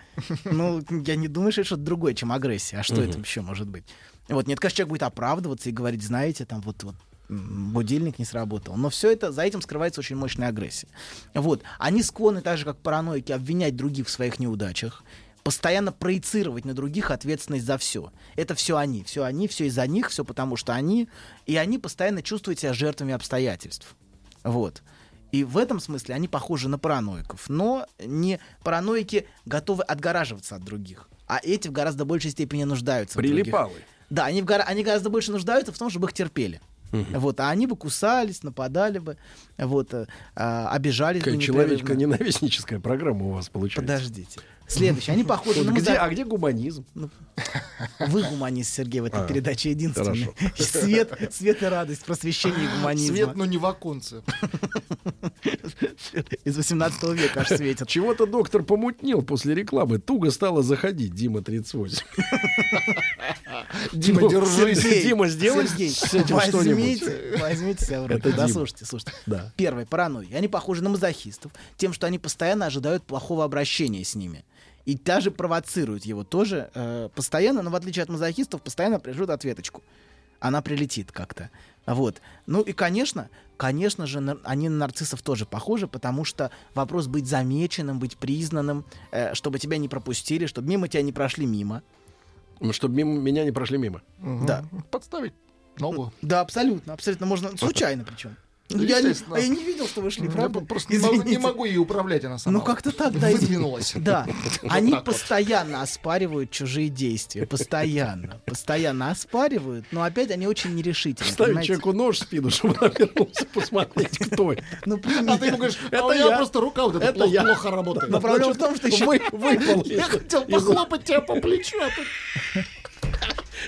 S5: Ну, я не думаю, что это что-то другое, чем агрессия. А что это еще может быть? Вот, нет, конечно, человек будет оправдываться и говорить, знаете, там вот, вот м, будильник не сработал. Но все это, за этим скрывается очень мощная агрессия. Вот. Они склонны, так же, как параноики, обвинять других в своих неудачах, постоянно проецировать на других ответственность за все. Это все они, все они, все из-за них, все потому что они, и они постоянно чувствуют себя жертвами обстоятельств. Вот. И в этом смысле они похожи на параноиков. Но не параноики готовы отгораживаться от других. А эти в гораздо большей степени нуждаются. в других.
S3: Прилипалы.
S5: Да, они, в гора- они гораздо больше нуждаются в том, чтобы их терпели. Вот, а они бы кусались, нападали бы, вот, э, а, обижались бы
S3: Такая
S5: непрерывно.
S3: человечко-ненавистническая программа у вас получается.
S5: Подождите. Следующее. Они похожи
S6: Ну,
S3: Вот
S5: на
S3: где,
S5: муза-
S3: а где гуманизм?
S5: Вы гуманист, Сергей, в этой
S3: А,
S5: передаче единственный.
S3: хорошо. ну,
S5: И [LAUGHS] Свет, свет и радость, просвещение и
S6: Свет,
S5: гуманизм.
S6: но не в оконце.
S5: Из 18 века аж светит.
S3: Чего-то доктор помутнел после рекламы. Туго стало заходить, Дима 38. Ну,
S6: Дима, держись.
S3: Сергей, Дима, сделай
S5: Сергей,
S3: с этим что-нибудь.
S5: возьмите, возьмите себя в руки.
S3: Это
S5: Да,
S3: Дима.
S5: слушайте, слушайте.
S3: [LAUGHS] Да.
S5: Первое, паранойя. Они похожи на мазохистов тем, что они постоянно ожидают плохого обращения с ними. И даже провоцируют его тоже э, постоянно, но в отличие от мазохистов, постоянно пришлют ответочку. Она прилетит как-то. Вот. Ну и, конечно, конечно же, нар- они на нарциссов тоже похожи, потому что вопрос быть замеченным, быть признанным, э, чтобы тебя не пропустили, чтобы мимо тебя не прошли мимо.
S3: Ну, Чтобы мимо- меня не прошли мимо.
S5: Да.
S6: Подставить ногу.
S5: Да, абсолютно, абсолютно. Можно случайно причем. Я не,
S6: Ну, Естественно.
S5: а я не видел, что вы шли,
S6: Ну, Я
S5: правда?
S6: просто не могу- не
S5: Извините.
S6: могу ей управлять, она сама.
S5: Ну как-то так, да. извините.
S6: Выдвинулась.
S5: [LAUGHS] Да, они
S6: так [LAUGHS] вот.
S5: постоянно оспаривают чужие действия, постоянно, постоянно оспаривают, но опять они очень нерешительны,
S3: Ставить
S5: понимаете?
S3: человеку нож в спину, чтобы он вернулся [LAUGHS] посмотреть, кто это.
S5: Ну, примерно.
S6: А ты ему говоришь, «Ну, а
S3: Это
S6: у меня
S3: я.
S6: просто рука вот эта
S3: Это
S6: плохо-
S3: я.
S6: плохо работает.
S5: Но ну, проблема в том, что еще... [LAUGHS]
S3: Вы-
S6: [LAUGHS]
S3: выпал.
S6: Я хотел похлопать тебя по плечу, а тут...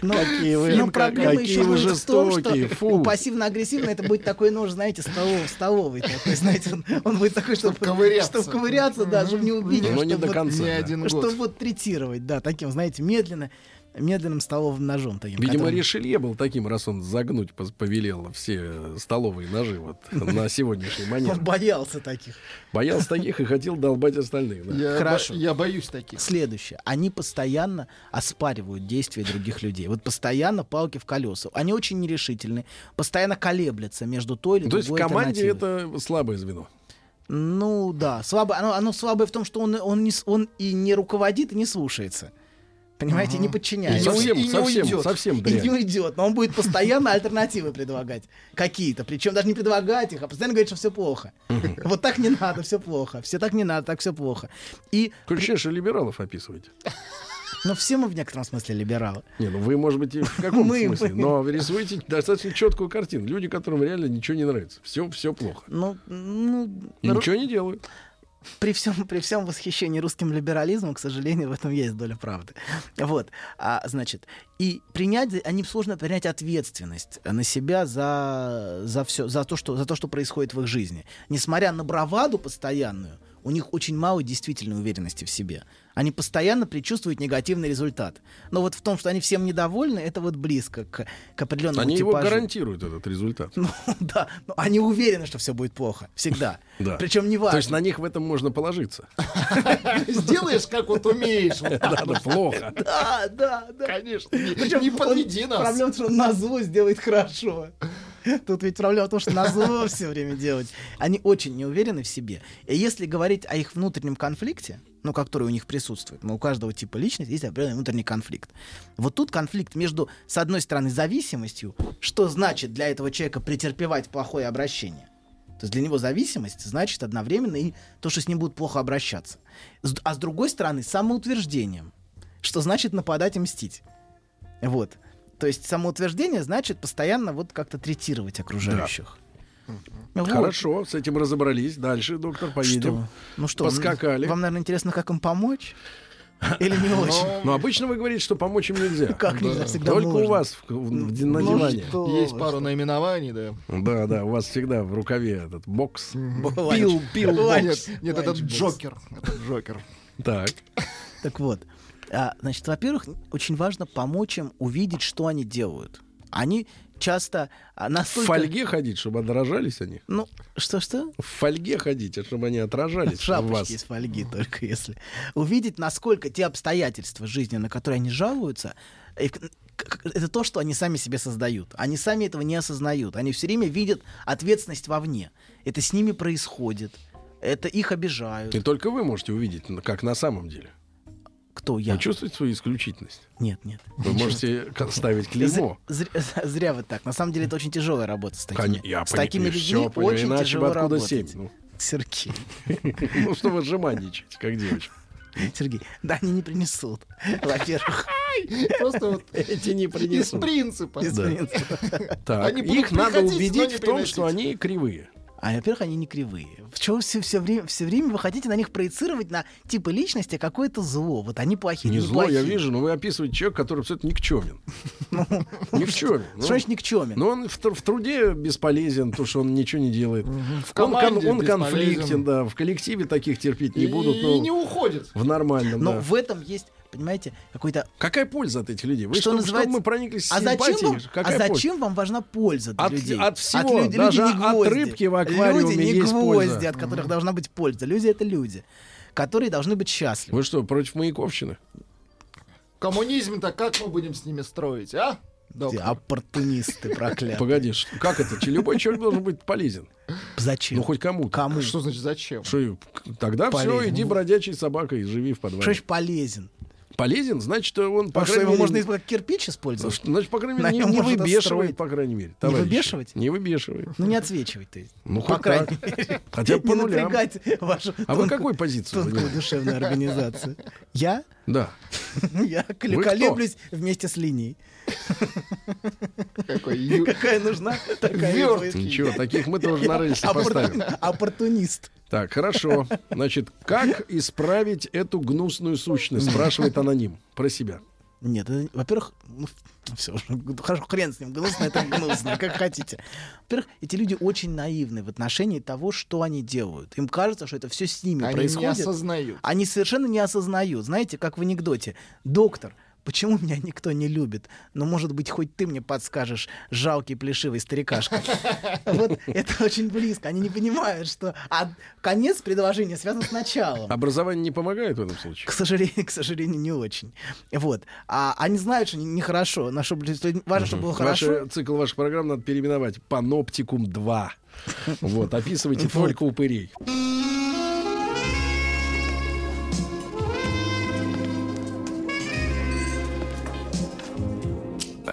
S6: Ну,
S5: Но,
S3: Какие вы-
S5: но ну, проблема
S3: какие
S5: еще
S3: вы
S5: будет в том, что
S3: жестокие, фу.
S5: у пассивно-агрессивно это будет такой нож, знаете, столовый, столовый такой, знаете, он, он будет такой, чтобы,
S6: Чтоб ковыряться.
S5: чтобы ковыряться, да, чтобы Ну, не убить,
S3: Но не
S5: чтобы
S3: до
S5: вот-
S3: конца.
S6: Не
S3: да.
S6: один
S5: чтобы
S6: год.
S5: вот третировать, да, таким, знаете, медленно, медленным столовым ножом таким.
S3: Видимо,
S5: которым-
S3: Ришелье был таким, раз он загнуть пос- повелел все столовые ножи вот на сегодняшний
S6: [LAUGHS]
S5: Он
S3: манер.
S5: боялся таких.
S3: Боялся таких и хотел долбать остальных. да.
S6: Я бо-
S5: Хорошо.
S6: Я боюсь таких.
S5: Следующее. Они постоянно оспаривают действия других людей. Вот постоянно палки в колеса. Они очень нерешительны, постоянно колеблятся между той или
S3: То
S5: другой
S3: есть в команде
S5: альтернативой.
S3: это слабое звено.
S5: Ну да, слабое. Оно, оно слабое в том, что он, он, не, с- он и не руководит, и не слушается. Понимаете, не
S3: И
S5: подчиняется.
S3: совсем,
S6: и не
S3: совсем,
S6: уйдет.
S3: совсем
S5: И
S3: дрянь.
S5: не уйдет, но он будет постоянно альтернативы предлагать. Какие-то. Причем даже не предлагать их, а постоянно говорить, что все плохо. Вот так не надо, все плохо. Все так не надо, так все плохо. И,
S3: Такое ощущение, что либералов описываете.
S5: но все мы в некотором смысле либералы.
S3: Не, ну вы, может быть, и в каком
S5: Мы-
S3: смысле,
S5: мы.
S3: но вы рисуете достаточно четкую картину. Люди, которым реально ничего не нравится. Все, все плохо.
S5: Ну, ну,
S3: И ничего не делают.
S5: при всем, при всем восхищении русским либерализмом, к сожалению, в этом есть доля правды. Вот. А, значит, и принять, за- а им сложно принять ответственность на себя за, за все, за то, что, за то, что происходит в их жизни. Несмотря на браваду постоянную, у них очень мало действительной уверенности в себе. Они постоянно предчувствуют негативный результат. Но вот в том, что они всем недовольны, это вот близко к, к определенному
S3: Они его
S5: А ну, типажу.
S3: гарантируют, этот результат.
S5: [LAUGHS] Ну, да, но они уверены, что все будет плохо. Всегда.
S3: Да.
S5: Причем не
S3: То
S5: важно.
S3: есть на них в этом можно
S5: [LAUGHS]
S3: положиться.
S6: [LAUGHS] Сделаешь, как вот умеешь. вот так.
S3: Да, да, плохо.
S5: [LAUGHS] Да, [LAUGHS] да, да.
S6: Конечно. не- Не подведи
S5: он-
S6: нас.
S5: Проблема в том, что он на зло сделает хорошо. Тут ведь проблема в том, что на зло все время делать. Они очень не уверены в себе. И если говорить о их внутреннем конфликте, ну, которые у них присутствуют. Но у каждого типа личности есть определенный внутренний конфликт. Вот тут конфликт между, с одной стороны, зависимостью, что значит для этого человека претерпевать плохое обращение. То есть для него зависимость значит одновременно и то, что с ним будут плохо обращаться. С- А с другой стороны, самоутверждением, что значит нападать и мстить. Вот. То есть самоутверждение значит постоянно вот как-то третировать окружающих. Вот.
S3: Хорошо, с этим разобрались. Дальше, доктор, поедем.
S5: Что? Ну что,
S3: Поскакали.
S5: Вам, наверное, интересно, как им помочь? Или
S3: [LAUGHS]
S5: не очень?
S3: Но обычно вы говорите, что помочь им нельзя.
S5: Как нельзя, всегда
S3: Ну, Только у
S5: можно.
S3: вас в- в- в- на
S5: Ну
S3: диване.
S5: что вы,
S4: Есть пару наименований, да.
S3: Да, да, у вас всегда в рукаве этот бокс.
S5: что-
S6: Пил, пил.
S5: Ланч.
S6: Нет, нет, этот Джокер. Этот
S5: [LAUGHS]
S6: Джокер.
S3: Так.
S5: Так вот, а, значит, во-первых, очень важно помочь им увидеть, что они делают. Они часто а,
S3: В
S5: настолько...
S3: фольге ходить, чтобы отражались они.
S5: Ну, что-что?
S3: В фольге ходите, чтобы они отражались в
S5: Шапочки из
S3: вас.
S5: фольги только если. Увидеть, насколько те обстоятельства жизни, на которые они жалуются, э, к- к- это то, что они сами себе создают. Они сами этого не осознают. Они все время видят ответственность вовне. Это с ними происходит. Это их обижают.
S3: И только вы можете увидеть, ну, как на самом деле.
S5: Кто я?
S3: Вы чувствуете свою исключительность?
S5: Нет, нет.
S3: Вы можете к- ставить
S5: Зр-
S3: клеймо.
S5: зря, [LAUGHS] зря вы так. На самом деле это очень тяжелая работа с такими.
S3: Кон- я
S5: с
S3: пони-
S5: такими
S3: и
S5: людьми
S3: всё понимаю,
S5: очень
S3: иначе
S5: тяжело
S3: бы откуда
S5: работать.
S3: семь? Ну.
S5: Сергей, [LAUGHS]
S3: Ну, [LAUGHS] что вы жеманничаете, как девочка.
S5: Сергей, да они не принесут. [LAUGHS] Во-первых,
S6: Просто вот
S3: Эти не
S6: из
S3: принесут.
S6: принципа.
S5: из принципа.
S3: Так,
S6: Они будут
S3: их надо
S6: приходить, но
S3: убедить
S6: не
S3: в том,
S6: приносить.
S3: что они кривые.
S5: А, во-первых, они не кривые. Чего все, все, время, все время вы хотите на них проецировать на типы личности какое-то зло. Вот они плохие.
S3: Не
S5: они
S3: зло, я
S5: плохие.
S3: вижу, но вы описываете человека, который абсолютно [LAUGHS] никчемен. Ну, Никчемен. ну,
S5: Что значит никчемен?
S3: Но он в, тр- в труде бесполезен, потому что он ничего не делает.
S4: В
S3: Он, кон-
S4: команде
S3: он
S4: бесполезен.
S3: конфликтен, да. В коллективе таких терпеть не
S6: И
S3: будут. ну,
S6: не уходит.
S3: В нормальном,
S5: Но
S3: да.
S5: в этом есть, понимаете, какой-то...
S3: Какая польза от этих людей? Вы
S5: Что
S3: что, чтобы
S5: называется-
S3: мы прониклись
S5: А зачем,
S3: симпатией?
S5: вам,
S3: Какая
S5: а
S3: польза?
S5: зачем вам важна польза для
S3: От-
S5: людей?
S3: от всего,
S5: люд-
S3: даже
S5: люди не
S3: от
S5: гвозди.
S3: рыбки в аквариуме
S5: Люди не
S3: есть
S5: гвозди,
S3: польза.
S5: от которых должна быть польза. Люди — это люди, которые должны быть счастливы.
S3: Вы что, против Маяковщины?
S6: Коммунизм-то как мы будем с ними строить, а?
S5: Эти
S6: Доктор.
S5: Оппортунисты проклятые.
S3: Погоди, ш- как это? Че- Любой человек должен быть полезен.
S5: Зачем?
S3: Ну, хоть кому-то.
S5: Кому?
S6: А Что значит зачем?
S3: Что, и- к- тогда все,
S5: Полезен.
S3: иди бродячей собакой и живи в
S5: Что
S3: подвале.
S5: значит полезен?
S3: Полезен, значит, он, по
S5: Потому что
S3: крайней
S5: его
S3: мере...
S5: можно как кирпич
S3: Ну,
S5: использовать?
S3: что- Значит, по крайней
S5: На
S3: мере, не,
S5: нем
S3: не
S5: можно
S3: выбешивает,
S5: строить.
S3: по крайней мере.
S5: Не
S3: товарищи.
S5: выбешивать?
S3: Не выбешивает.
S5: Ну не отсвечивать ты.
S3: Ну,
S5: по
S3: хоть
S5: крайней
S3: так.
S5: мере.
S3: Хотя бы А
S5: Не
S3: по нулям.
S5: напрягать вашу
S3: А вы
S5: тонкую-
S3: какую позицию
S5: Тонкую
S3: занимаете?
S5: душевную организацию. Я? [LAUGHS]
S3: Да.
S5: Я
S3: Вы
S5: коле-
S3: кто?
S5: колеблюсь вместе с линией.
S6: Какой ю-
S5: Какая нужна, такая и
S6: Верт.
S5: будет.
S3: Ничего, таких мы тоже на рельсы
S5: Оппорту-
S3: поставим.
S5: Оппортунист.
S3: Так, хорошо. Значит, как исправить эту гнусную сущность, спрашивает аноним про себя.
S5: Нет, это- во-первых, ну, все, хорошо, хрен с ним, гнусно это гнусно, как хотите. Во-первых, эти люди очень наивны в отношении того, что они делают. Им кажется, что это все с ними
S6: Они не
S5: происходит. А
S6: осознают.
S5: Они совершенно не осознают. Знаете, как в анекдоте. Доктор, почему меня никто не любит? Но, может быть, хоть ты мне подскажешь, жалкий плешивый
S3: [LAUGHS]
S5: старикашка. Вот это очень близко. Они не понимают, что а конец предложения связан с началом.
S3: Образование не помогает в этом случае?
S5: К сожалению, к сожалению, не очень. Вот. А они знают, что не- нехорошо. На что, блин, что- важно, чтобы было хорошо.
S3: Ваш э, цикл ваших программ надо переименовать. Паноптикум 2. Вот, описывайте только упырей.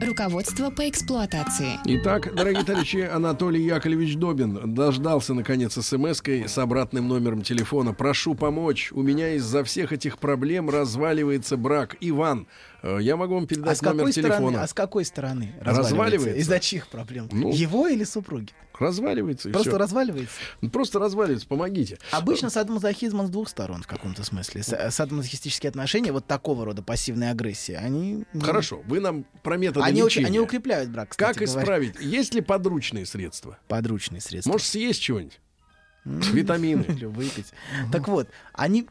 S2: Руководство по эксплуатации.
S3: Итак, дорогие товарищи, Анатолий Яковлевич Добин дождался, наконец, смс-кой с обратным номером телефона. «Прошу помочь, у меня из-за всех этих проблем разваливается брак. Иван, э, я могу вам
S5: А
S3: передать
S5: с,
S3: номер
S5: какой стороны,
S3: телефона?»
S5: а с какой стороны
S3: Разваливается?
S5: Из-за чьих проблем?
S3: Ну.
S5: Его или супруги?
S3: Разваливается и
S5: Просто
S3: всё.
S5: разваливается?
S3: Просто разваливается, помогите.
S5: Обычно садомазохизм с двух сторон в каком-то смысле. Са- Садомазохистические отношения вот такого рода пассивной агрессии, они... ну,
S3: Хорошо, вы нам про методы
S5: Они, очень-
S3: лечения.
S5: они укрепляют брак, кстати
S3: Как
S5: говоря.
S3: исправить? Есть ли подручные средства?
S5: Подручные средства.
S3: Может, съесть чего-нибудь? Витамины.
S5: [LAUGHS] Или выпить. Так вот, они...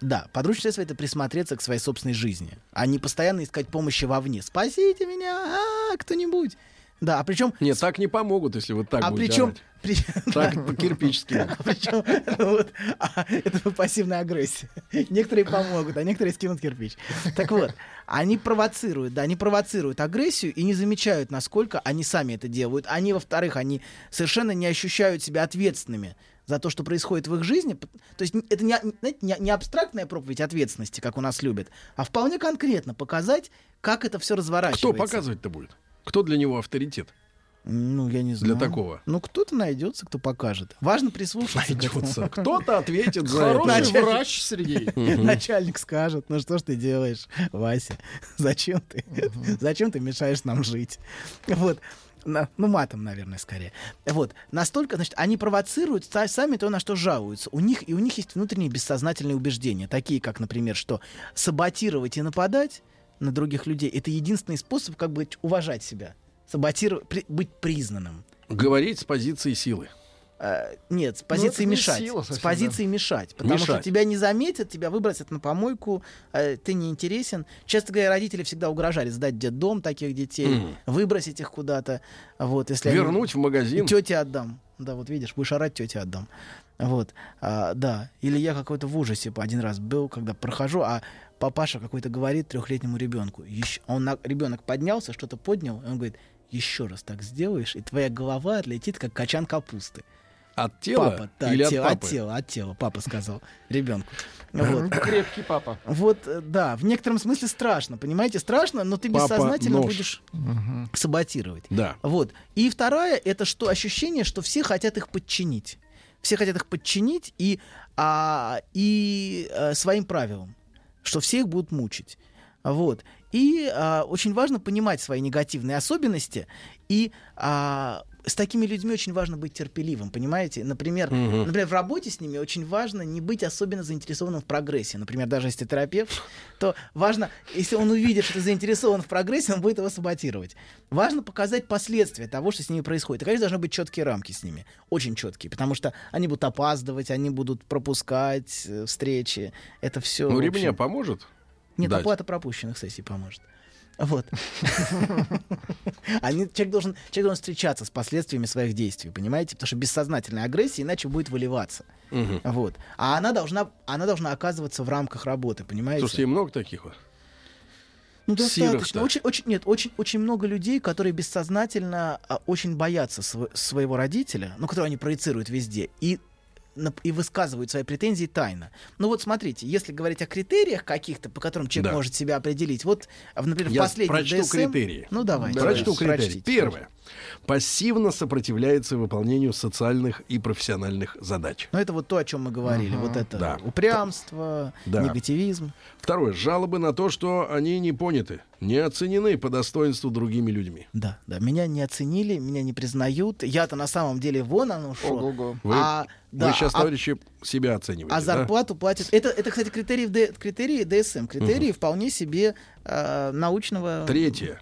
S5: Да, подручное средство — это присмотреться к своей собственной жизни, а не постоянно искать помощи вовне. «Спасите меня! а, кто-нибудь!» Да, а причем...
S3: Нет, так не помогут, если вот так
S5: а
S3: будете
S5: причем...
S3: орать.
S5: при- [LAUGHS]
S3: Так, по кирпичски.
S5: Причем, вот, а, это пассивная агрессия. Некоторые помогут, а некоторые скинут кирпич. Так вот, они провоцируют, да, они провоцируют агрессию и не замечают, насколько они сами это делают. Они, во-вторых, они совершенно не ощущают себя ответственными за то, что происходит в их жизни. П- То есть н- это не, а- знаете, не, а- не абстрактная проповедь ответственности, как у нас любят, а вполне конкретно показать, как это все разворачивается.
S3: Кто показывать-то будет? Кто для него авторитет?
S5: Ну, я не
S3: Для
S5: знаю.
S3: такого?
S5: Ну, кто-то найдется, кто покажет. Важно прислушаться. к этому.
S3: Найдется. [LAUGHS] Кто-то ответит за это.
S4: Хороший
S5: Начальник.
S4: врач, Сергей.
S5: [LAUGHS] Начальник скажет, ну что ж ты делаешь, Вася, [LAUGHS] зачем ты, зачем ты мешаешь нам жить? [LAUGHS] Вот. На- ну, матом, наверное, скорее. Вот. Настолько, значит, они провоцируют са- сами то, на что жалуются. У них, и у них есть внутренние бессознательные убеждения, такие как, например, что саботировать и нападать на других людей — это единственный способ как бы уважать себя, саботировать, при- быть признанным.
S3: Говорить с позиции силы.
S5: Э, нет, с
S6: Ну,
S5: позиции
S6: это не
S5: мешать.
S6: сила совсем,
S5: с позиции мешать. Потому что
S3: Мешать.
S5: тебя не заметят, тебя выбросят на помойку, э, ты неинтересен. Честно говоря, родители всегда угрожали сдать детдом таких детей,
S3: Мгм.
S5: выбросить их куда-то. Вот, если они-
S3: Вернуть в магазин.
S5: Тете отдам. Да, вот видишь, будешь орать, тете отдам. Вот, А, да. Или я какой-то в ужасе по- один раз был, когда прохожу, а папаша какой-то говорит трехлетнему ребенку. «Ещё-» Он на- ребенок поднялся, что-то поднял, и он говорит, еще раз так сделаешь, и твоя голова отлетит, как качан капусты.
S3: От тела
S5: Папа, да,
S3: или от
S5: те-
S3: папы?
S5: тела, от тела, папа сказал ребенку. Вот.
S4: Крепкий папа.
S5: Вот, э, да, в некотором смысле страшно, понимаете, страшно, но ты
S3: Папа
S5: бессознательно
S3: нож.
S5: будешь саботировать.
S3: Да.
S5: Вот. И вторая это что ощущение, что все хотят их подчинить. Все хотят их подчинить и, а, и э, своим правилам, что все их будут мучить. Вот. И а, очень важно понимать свои негативные особенности. И а, с такими людьми очень важно быть терпеливым, понимаете? Например,
S3: Мгм.
S5: например, в работе с ними очень важно не быть особенно заинтересованным в прогрессе. Например, даже если ты терапевт, то важно, если он увидит, что ты заинтересован в прогрессе, он будет его саботировать. Важно показать последствия того, что с ними происходит. И, конечно, должны быть четкие рамки с ними. Очень четкие. Потому что они будут опаздывать, они будут пропускать э, встречи. Это все...
S3: Ну, ремня поможет?
S5: Нет,
S3: дать.
S5: оплата пропущенных сессий поможет. Вот. Они, человек, должен, человек должен встречаться с последствиями своих действий, понимаете? Потому что бессознательная агрессия иначе будет выливаться.
S3: Мгм.
S5: Вот. А она должна, она должна оказываться в рамках работы, понимаете?
S3: Слушайте, и много таких вот.
S5: Ну,
S3: Сирых-то.
S5: достаточно. Очень, очень, нет, очень, очень много людей, которые бессознательно а, очень боятся сво- своего родителя, ну, которого они проецируют везде, и, нап- и высказывают свои претензии тайно. Ну вот смотрите, если говорить о критериях каких-то, по которым человек
S3: Да.
S5: может себя определить, вот, в, например, в
S3: Я
S5: последнем
S3: прочту
S5: DSM
S3: критерии.
S5: Ну, давайте.
S3: Прочту
S5: да,
S3: критерии.
S5: прочтите,
S3: Первое. Пассивно сопротивляется выполнению социальных и профессиональных задач.
S5: Ну, это вот то, о чем мы говорили. Вот это
S3: Да.
S5: упрямство,
S3: Да.
S5: негативизм.
S3: Второе. Жалобы на то, что они не поняты, не оценены по достоинству другими людьми.
S5: Да, да, меня не оценили, меня не признают. Я-то на самом деле вон оно что.
S4: Ого-го.
S3: Вы,
S5: А, да,
S3: сейчас,
S5: а
S3: товарищи, себя оцениваете.
S5: А
S3: да?
S5: зарплату платят. Это, это, кстати, критерии, в Д- критерии ДСМ, критерии вполне себе э, научного.
S3: Третье.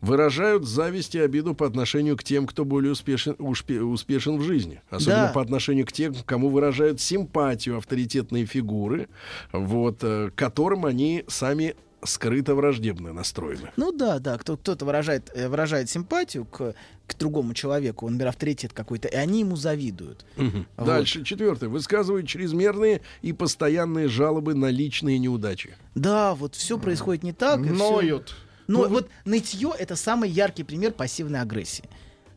S3: Выражают зависть и обиду по отношению к тем, кто более успешен, ушпе- успешен в жизни. Особенно
S5: Да.
S3: по отношению к тем, кому выражают симпатию авторитетные фигуры, вот, э, к которым они сами скрыто враждебно настроены.
S5: Ну да, да, кто, кто-то выражает, э, выражает симпатию к, к другому человеку, он, например, авторитет какой-то, и они ему завидуют. Вот.
S3: Дальше, четвертое. Высказывают чрезмерные и постоянные жалобы на личные неудачи.
S5: Да, вот все происходит не так. и всё-
S4: Ноют.
S6: Ну,
S5: Но Ну,
S3: Ну,
S5: вот нытье это самый яркий пример пассивной агрессии.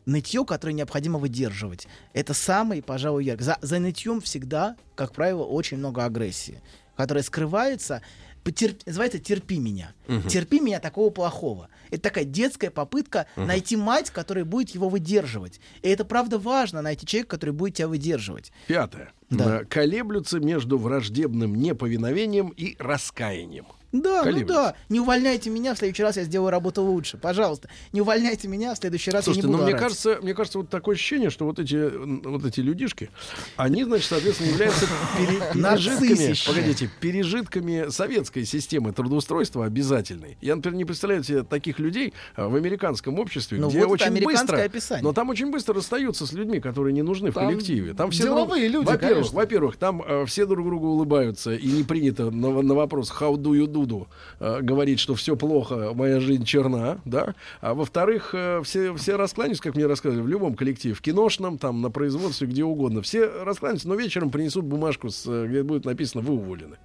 S5: Нытье, которое необходимо выдерживать. Это самый, пожалуй, яркий. За, за нытьем всегда, как правило, очень много агрессии, которая скрывается. потерп- Называется терпи меня. Терпи меня такого плохого. Это такая детская попытка найти мать, которая будет его выдерживать. И это правда важно найти человека, который будет тебя выдерживать.
S3: Пятое.
S5: Да.
S3: Э, Колеблются между враждебным неповиновением и раскаянием.
S5: Да, ну
S3: Колеблется.
S5: да. Не увольняйте меня, в следующий раз я сделаю работу лучше. Пожалуйста, не увольняйте меня, в следующий раз
S3: Слушайте,
S5: я не
S3: ну
S5: буду
S3: мне
S5: орать.
S3: кажется, мне кажется, вот такое ощущение, что вот эти, м, вот эти людишки, они, значит, соответственно, являются
S5: [LAUGHS]
S3: пере- пережитками,
S5: Нарциссище.
S3: погодите, пережитками советской системы трудоустройства обязательной. Я, например, не представляю себе таких людей а, в американском обществе,
S5: Ну,
S3: где
S5: вот это
S3: очень
S5: американское
S3: быстро,
S5: описание.
S3: но там очень быстро расстаются с людьми, которые не нужны в
S4: Там
S3: коллективе. Там все
S4: деловые люди,
S3: во-первых,
S4: конечно.
S3: во-первых, там э, все друг другу улыбаются и не принято на, на вопрос how do you do Дуду э, говорить, что все плохо, моя жизнь черна, да. А во-вторых, э, все, все раскланяются, как мне рассказывали, в любом коллективе, в киношном, там, на производстве, где угодно. Все раскланяются, но вечером принесут бумажку, с, э, где будет написано «Вы уволены».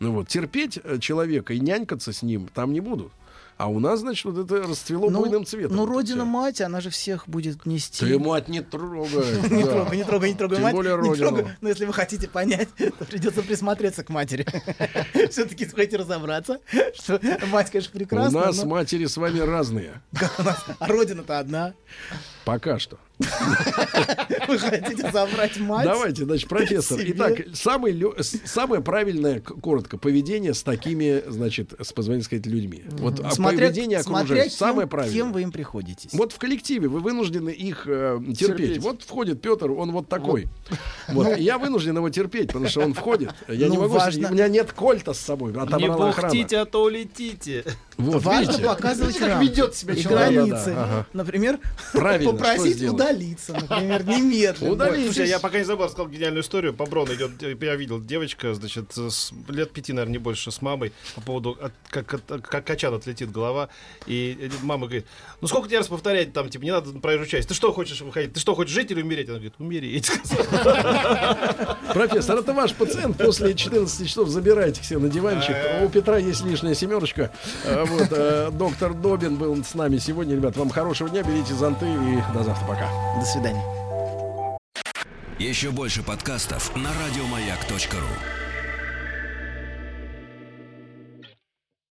S3: Ну вот, терпеть э, человека и нянькаться с ним там не будут. А у нас, значит, вот это расцвело буйным цветом.
S5: ну
S3: это
S5: родина
S3: всё.
S5: мать, она же всех будет нести.
S3: Ты мать не трогай.
S5: [LAUGHS] Не
S3: да.
S5: трогай, не трогай, не трогай
S3: Тем
S5: мать.
S3: более
S5: не
S3: родину.
S5: трогай. Но если вы хотите понять, [LAUGHS] то придется присмотреться к матери. [LAUGHS] Все-таки хотите разобраться, [LAUGHS] что мать, конечно,
S3: У
S5: прекрасна.
S3: нас
S5: но
S3: матери с вами разные.
S5: как у нас? А родина-то одна. [LAUGHS]
S3: Пока что.
S5: Вы хотите забрать мать?
S3: Давайте, значит, профессор.
S5: Себе.
S3: Итак, самый лё- с- самое правильное, к- коротко, поведение с такими, значит, с позволения сказать, людьми. Вот а
S5: Смотря-
S3: поведение
S5: смотря
S3: окружающих.
S5: кем-
S3: Самое
S5: Кем
S3: правильное.
S5: вы им приходитесь?
S3: Вот в коллективе вы вынуждены их э, терпеть.
S4: Терпеть.
S3: Вот входит Петр, он вот такой. Вот. И Я вынужден его терпеть, потому что он входит. Я
S5: Ну,
S3: не могу. с-
S5: важно-
S3: У меня нет кольта с собой.
S4: Не
S3: Отобрала охрана.
S4: бухтите, а то улетите.
S3: Вот,
S5: Важно
S3: видите?
S5: показывать
S6: Смотрите, как
S5: рамки
S6: ведет себя
S5: и
S6: человек.
S5: границы.
S3: Да-да-да, ага.
S5: Например, [LAUGHS]
S3: Правильно, что
S5: попросить
S3: сделать?
S5: удалиться, например, немедленно.
S3: Удалитесь.
S7: Слушай, я пока не забыл, рассказал гениальную историю. По Брону идет, э, я видел, девочка, значит, с- лет пяти, наверное, не больше, с мамой по поводу, от- как, от- как качан отлетит голова. И э, мама говорит, ну сколько тебе раз повторять, там, типа, не надо на проезжую часть. Ты что хочешь выходить? Ты что, хочешь жить или умереть? Она говорит, умереть. [LAUGHS] сказала.
S3: Профессор, это ваш пациент. После 14 часов забирайте все на диванчик. У Петра есть лишняя семерочка. А, Вот, э, доктор Добин был с нами сегодня. Ребят, вам хорошего дня, берите зонты и до завтра. Пока.
S5: До свидания.
S8: Еще больше подкастов на радиомаяк.ру.